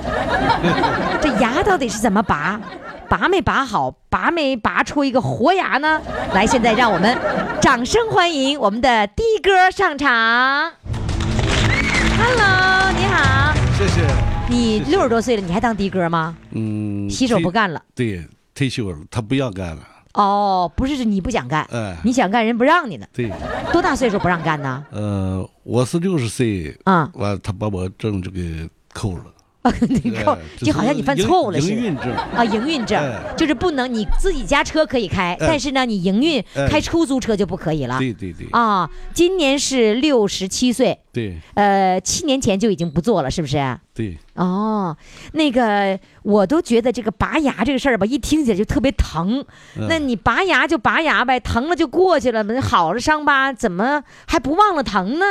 这牙到底是怎么拔？拔没拔好？拔没拔出一个活牙呢？来，现在让我们掌声欢迎我们的的哥上场。Hello，你好，谢谢。你六十多岁了，你还当的哥吗？嗯，洗手不退干了。对，退休了，他不要干了。哦，不是，你不想干，哎你想干人不让你呢。对，多大岁数不让干呢？呃，我是六十岁，啊完了他把我证就给扣了， 你扣哎，这就好像你犯错误了营似营运的。证。啊，营运证、哎就是不能你自己家车可以开，但是呢，你营运、哎开出租车就不可以了。对对对，啊，今年是六十七岁，对呃，七年前就已经不做了，是不是？对，哦，那个我都觉得这个拔牙这个事儿吧，一听起来就特别疼。嗯那你拔牙就拔牙呗，疼了就过去了，好了伤疤怎么还不忘了疼呢？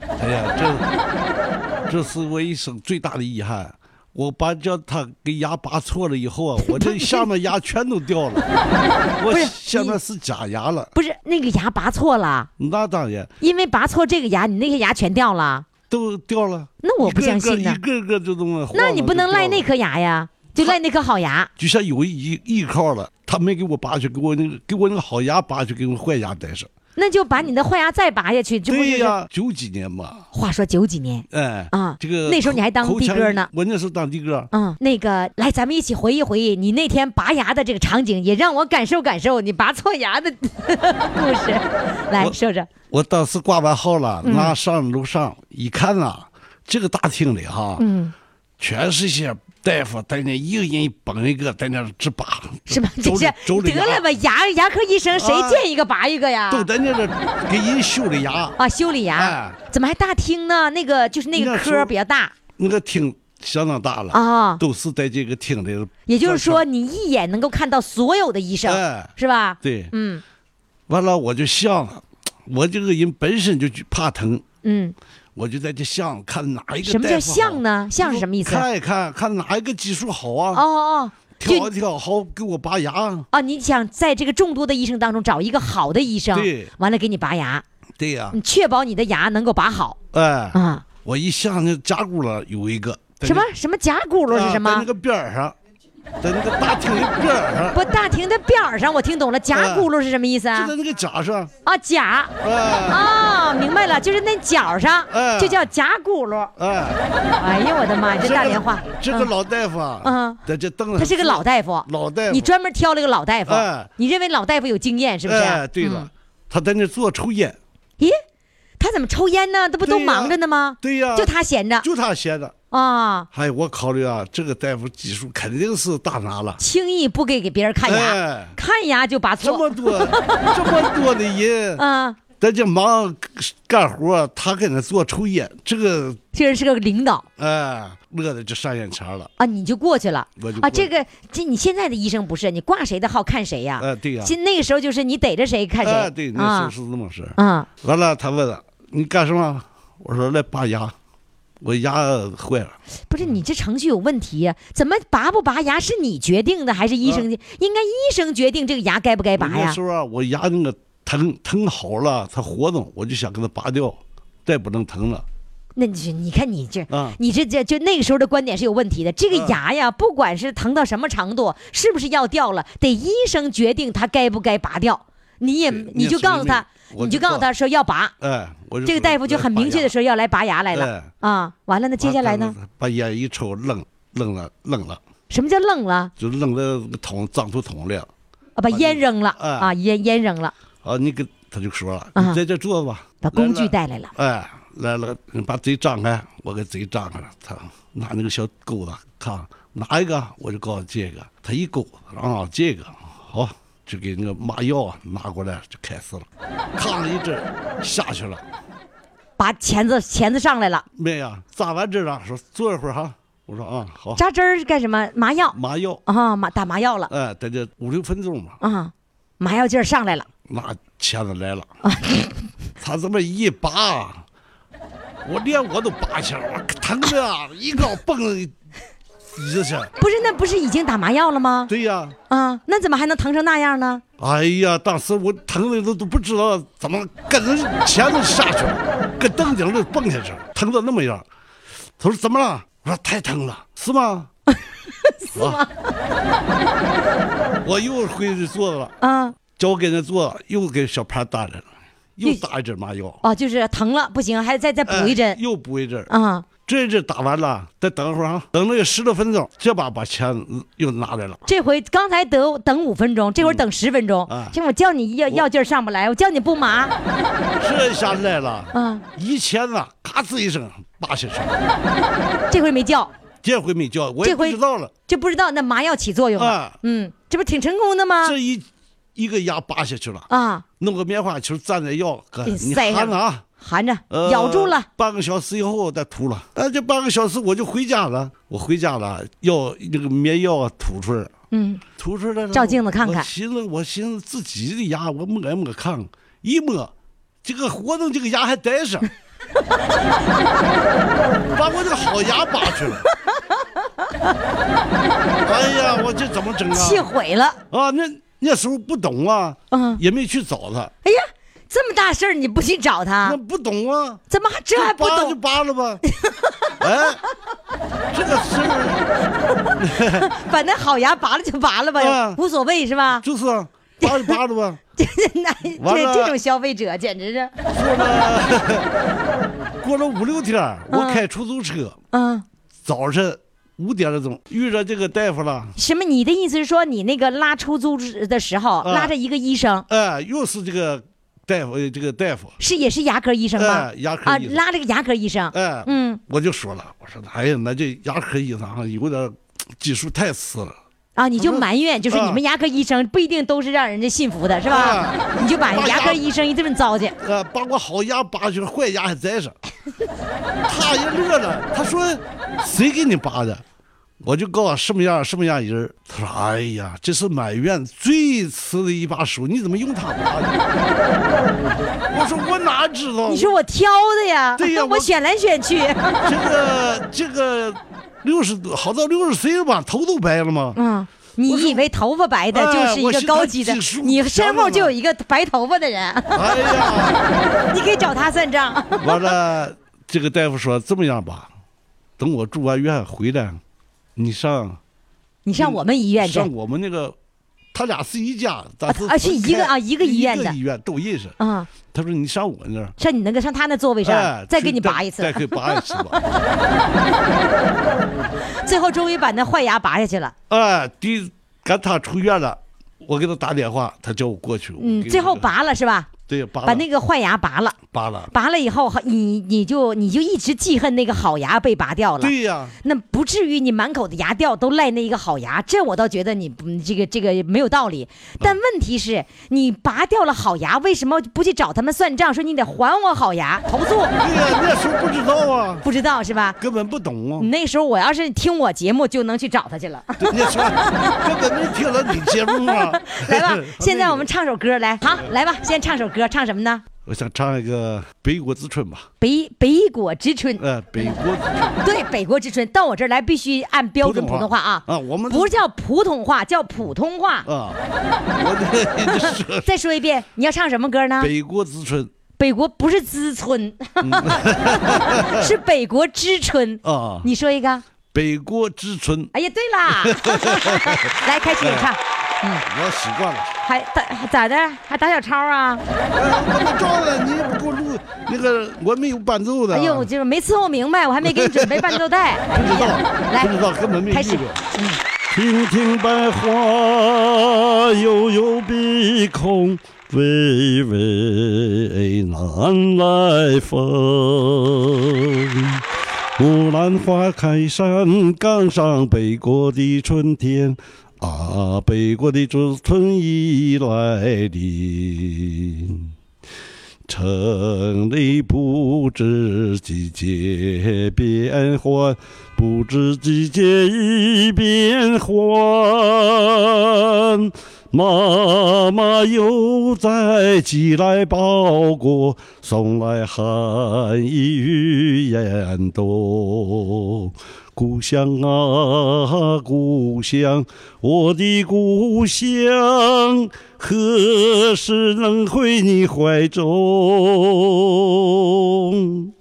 哎呀，这这是我一生最大的遗憾。我把叫他给牙拔错了以后啊，我 这下面牙全都掉了，我下面是假牙了。不是那个牙拔错了，那当然因为拔错这个牙，你那些牙全掉了。都掉了。那我不一个相个信呢一个个就这么晃了就掉了。那你不能赖那颗牙呀，就赖那颗好牙。就像有一依靠了，他没给我拔去，给我那个给我那个好牙拔去，给我坏牙带上。那就把你的坏牙再拔下去，这不就对是？呀，九几年嘛，话说九几年，哎啊这个那时候你还当口的哥呢口腔我那时候当的哥，嗯，那个来，咱们一起回忆回忆你那天拔牙的这个场景，也让我感受感受你拔错牙的 故事。来我说说，我当时挂完号了，嗯拿上楼上一看呐、这个大厅里哈，嗯，全是些大夫在那一个人绑一个在那直拔，是吧？ 周这是周里得了吧，牙牙科医生谁啊见一个拔一个呀？都在那个给人修的牙，啊，修理牙哎，怎么还大厅呢？那个就是那个那时候科比较大那个厅相当大了，啊，都是在这个厅里。也就是说，你一眼能够看到所有的医生，哎，是吧？对，嗯完了我就想了，我这个人本身就惧怕疼，嗯，我就在这巷看哪一个什么叫大夫好像呢？像是什么意思？啊看一看，看哪一个激素好啊？哦哦，挑就一挑，好给我拔牙。哦，你想在这个众多的医生当中找一个好的医生对，完了给你拔牙，对呀、你确保你的牙能够拔好哎，啊。我一下那夹骨了有一个，在什么那什么夹轱辘是什啊在么那？个边儿上，在那个大厅的边儿上，不，大庭的边儿上，我听懂了，夹啊轱辘是什么意思 啊就在？那个夹上。啊，夹。哎哦，明白了，就是那角上，哎就叫夹轱辘。哎，哎呀，我的妈，这这大个连话，这个嗯老大夫啊嗯，在这凳上，他是个老大夫，老大夫，你专门挑了个老大夫哎，你认为老大夫有经验是不是？啊嗯哎，对了，他在那坐抽烟，咦，他怎么抽烟呢？他不都对呀嗯忙着呢吗？对呀就他闲着就他闲的。啊，哎，我考虑啊，这个大夫技术肯定是大拿了。轻易不给给别人看牙哎，看牙就拔这么错。 多，这么多的人，啊，在这忙干活，他搁那坐抽烟，这个这人是个领导哎，乐的就上眼前了。啊，你就过去了我就啊。过这去个啊这你现在的医生不是你挂谁的号看谁呀？哎，对呀、现那个时候就是你逮着谁看谁哎，对，那时候是这么事儿。啊。完了，他问了你干什么？我说来拔牙，我牙坏了。不是你这程序有问题呀、怎么拔不拔牙是你决定的还是医啊生？应该医生决定这个牙该不该拔那呀时？候啊，我牙那个疼疼好了，它活动，我就想给它拔掉，再不能疼了。那你就你看你这，啊你这这就那个时候的观点是有问题的。这嗯个牙呀，不管是疼到什么程度，是不是要掉了，得医生决定它该不该拔掉。你也对你就告诉他，那时候那我你就就告诉他说要拔。哎，我就这个大夫就很明确的说说要来拔牙来了哎啊。完了呢，接下来呢？？把眼一瞅，愣愣了，愣了，什么叫愣了？就愣在那个桶脏土桶里了。啊，把烟扔了哎啊，烟烟扔了，啊，你给他就说了，啊你在这坐吧，把工具来了带来了。哎，来了，你把嘴张开，我给嘴张开了。他拿那个小钩子，看哪一个，我就告诉这个。他一钩子啊，这个好，就给那个麻药啊拿过来，就开始了，烫了一阵儿下去了。把钳子钳子上来了，妹呀、扎完针了，说坐一会儿哈。我说啊，好，扎针儿是干什么？麻药麻药，啊，麻打麻药了哎，在这五六分钟吧，啊，麻药劲儿上来了，拿钳子来了， 他这么一拔，我连我都拔起来了，疼的啊，一高蹦椅子去。不是那不是已经打麻药了吗？对呀、啊，那怎么还能疼成那样呢？哎呀，当时我疼的都都不知道怎么跟人前头下去了，跟凳顶上蹦下去了，疼到那么样。他说怎么了？我说太疼了，是吗？ 是吗？我又回去坐着了，啊，叫我给人坐，又给小潘打来了，又打一针麻药，哦，就是疼了不行，还再再补一哎针又补一针。啊。这一针打完了，再等会儿啊，等了有十多分钟，这把把钱又拿来了。这回刚才得等五分钟，这会儿等十分钟啊，这我叫你药药劲儿上不来，我叫你不麻这下来了，啊，一钳子咔吱一声拔下去了。这回没叫，这回没叫，我这也不回知道了。这不知道那麻药起作用了啊，嗯，这不挺成功的吗？这一一个牙拔下去了，啊，弄个棉花球蘸着药，哥，给你塞上含着啊，含着呃咬住了，半个小时以后再吐了，哎，这半个小时我就回家了。我回家了，药那个棉药啊吐出来了，嗯，吐出来了。照镜子看看我寻思，我寻思自己的牙，我摸一摸看，一摸，这个活动这个牙还 带上，把我这个好牙拔去了。哎呀，我这怎么整啊？气毁了。啊，那那时候不懂啊，嗯也没去找他，哎呀，这么大事儿你不去找那他，不懂啊，怎么还这还不就扒就懂？扒了吧，哎，这个事儿把那好牙拔了就拔了吧啊，无所谓是吧？ 就是啊扒就扒了吧，这这那完这了这种消费者简直是，过了过了五六天儿，我开出租车，嗯，早晨五点多钟遇着这个大夫了，什么？你的意思是说你那个拉出租的时候啊拉着一个医生，哎，又是这个大夫，哎这个大夫，是也是牙科医生吗哎？牙科啊，医生拉着个牙科医生，哎，嗯，我就说了，我说哎呀，那这牙科医生啊有点儿技术太次了。啊，你就埋怨，就是啊你们牙科医生不一定都是让人家信服的，是吧？哎你就把把牙牙科医生一顿糟哦践，呃，把我好牙拔去了，坏牙还在上。他也乐了，他说：“谁给你拔的？”我就告诉什么样什么样人儿。他说：“哎呀，这是满院最瓷的一把手，你怎么用它挖的？” 我说：“我哪知道？”你说我挑的呀？对 呀我我选来选去。这个这个六十多，好到六十岁了吧，头都白了嘛。嗯，你以为头发白的哎就是一我个寻高他级的技，术你强身后了就有呢一个白头发的人， 哎呀，你可以找他算账。完了，这个大夫说这么样吧，等我住完院回来，你上你上我们医院去上。我们那个，他俩是一家，咱是啊是一个啊一个医院的一个医院都认识。嗯，他说你上我那儿，上你那个上他那座位哎上，，再去给你拔一再次。给拔一次吧。最后终于把那坏牙拔下去了。哎，第赶他出院了，我给他打电话，他叫我过去。我嗯，给最他后个拔了是吧？对拔把了那个坏牙拔了，拔了，拔了以后，你你就你就一直记恨那个好牙被拔掉了。对呀、那不至于你满口的牙掉都赖那一个好牙，这我倒觉得你嗯这个这个没有道啊理。但问题是，你拔掉了好牙，为什么不去找他们算账？说你得还我好牙，投诉。对呀、那时候不知道啊，不知道是吧？根本不懂啊你。那时候我要是听我节目，就能去找他去了。。对那时候根本没听了你节目啊，来吧 现在我们唱首歌来，好，来吧，先唱首歌，唱什么呢？我想唱一个《北国之春》吧，北北国之春，呃，北国之春对，北国之春，到我这儿来必须按标准普普通通话话啊啊我们不是叫普通话，叫普通话。啊， 我这这是再说一遍，你要唱什么歌呢？呃北国之春北国不是知春， 是北国之春。嗯啊，你说一个。北国之春，哎呀，对 啦，来开始演嗯唱，我习惯了。还打咋的？还打小抄啊？哎我都照了，你也不给我录那个，我没有伴奏的。哎呦，我就是没伺候明白，我还没给你准备伴奏带。不知道，不知道，根本没开遇始过。亭亭百花，悠悠碧空，巍巍南来风。木兰花开山岗上，北国的春天啊，北国的春春已来临。城里不知季节变换，不知季节已变换。妈妈又在寄来包裹，送来寒意与严冬。故乡啊，故乡，我的故乡，何时能回你怀中？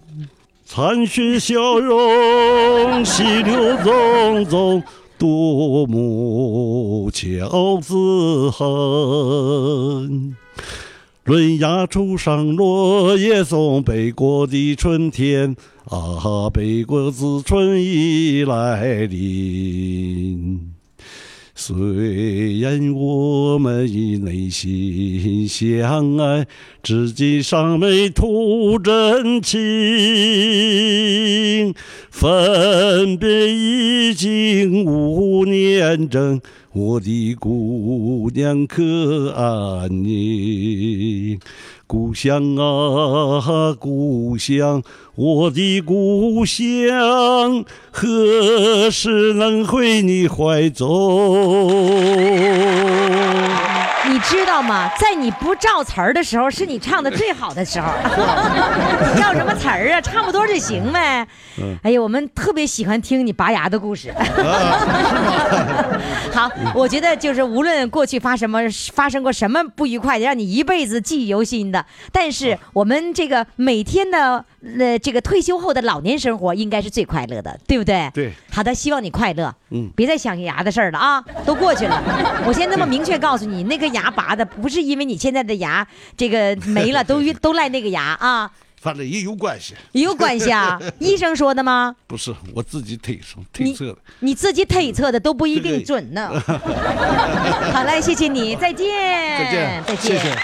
残雪消融，溪流淙淙，独木桥自横。轮崖初上落叶送北国的春天啊，北国之春已来临。虽然我们已内心相爱，至今尚没吐真情。分别已经五年整，我的姑娘可安宁？故乡啊，故乡，我的故乡，何时能回你怀中？你知道吗？在你不照词儿的时候，是你唱的最好的时候。 你照什么词儿啊？差不多就行呗。嗯哎呀，我们特别喜欢听你拔牙的故事。啊 好，嗯我觉得就是无论过去发什么发生过什么不愉快的，让你一辈子记忆犹新的，但啊是我们这个每天的呃这个退休后的老年生活应该是最快乐的，对不对？对。好的，希望你快乐。嗯别再想牙的事儿了啊，都过去了。我先那么明确告诉你，那个牙拔的不是因为你现在的牙这个没了，都都赖那个牙啊，反正也有关系，有关系 啊？医生说的吗？不是我自己推测推你测的。你自己推测的都不一定准呢。 好嘞，谢谢你，再见，再见，哎再谢见。谢。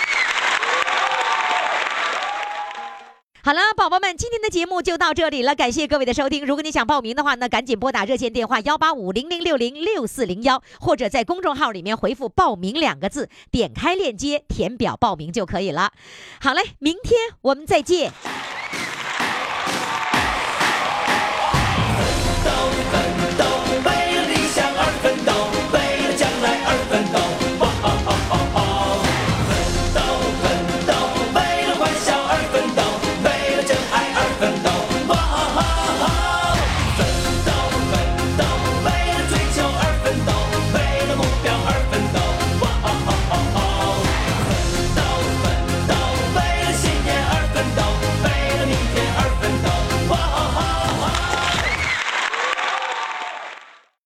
好了，宝宝们，今天的节目就到这里了，感谢各位的收听。如果你想报名的话呢，赶紧拨打热线电话幺八五零零六零六四零幺，或者在公众号里面回复“报名”两个字，点开链接填表报名就可以了。好嘞，明天我们再见。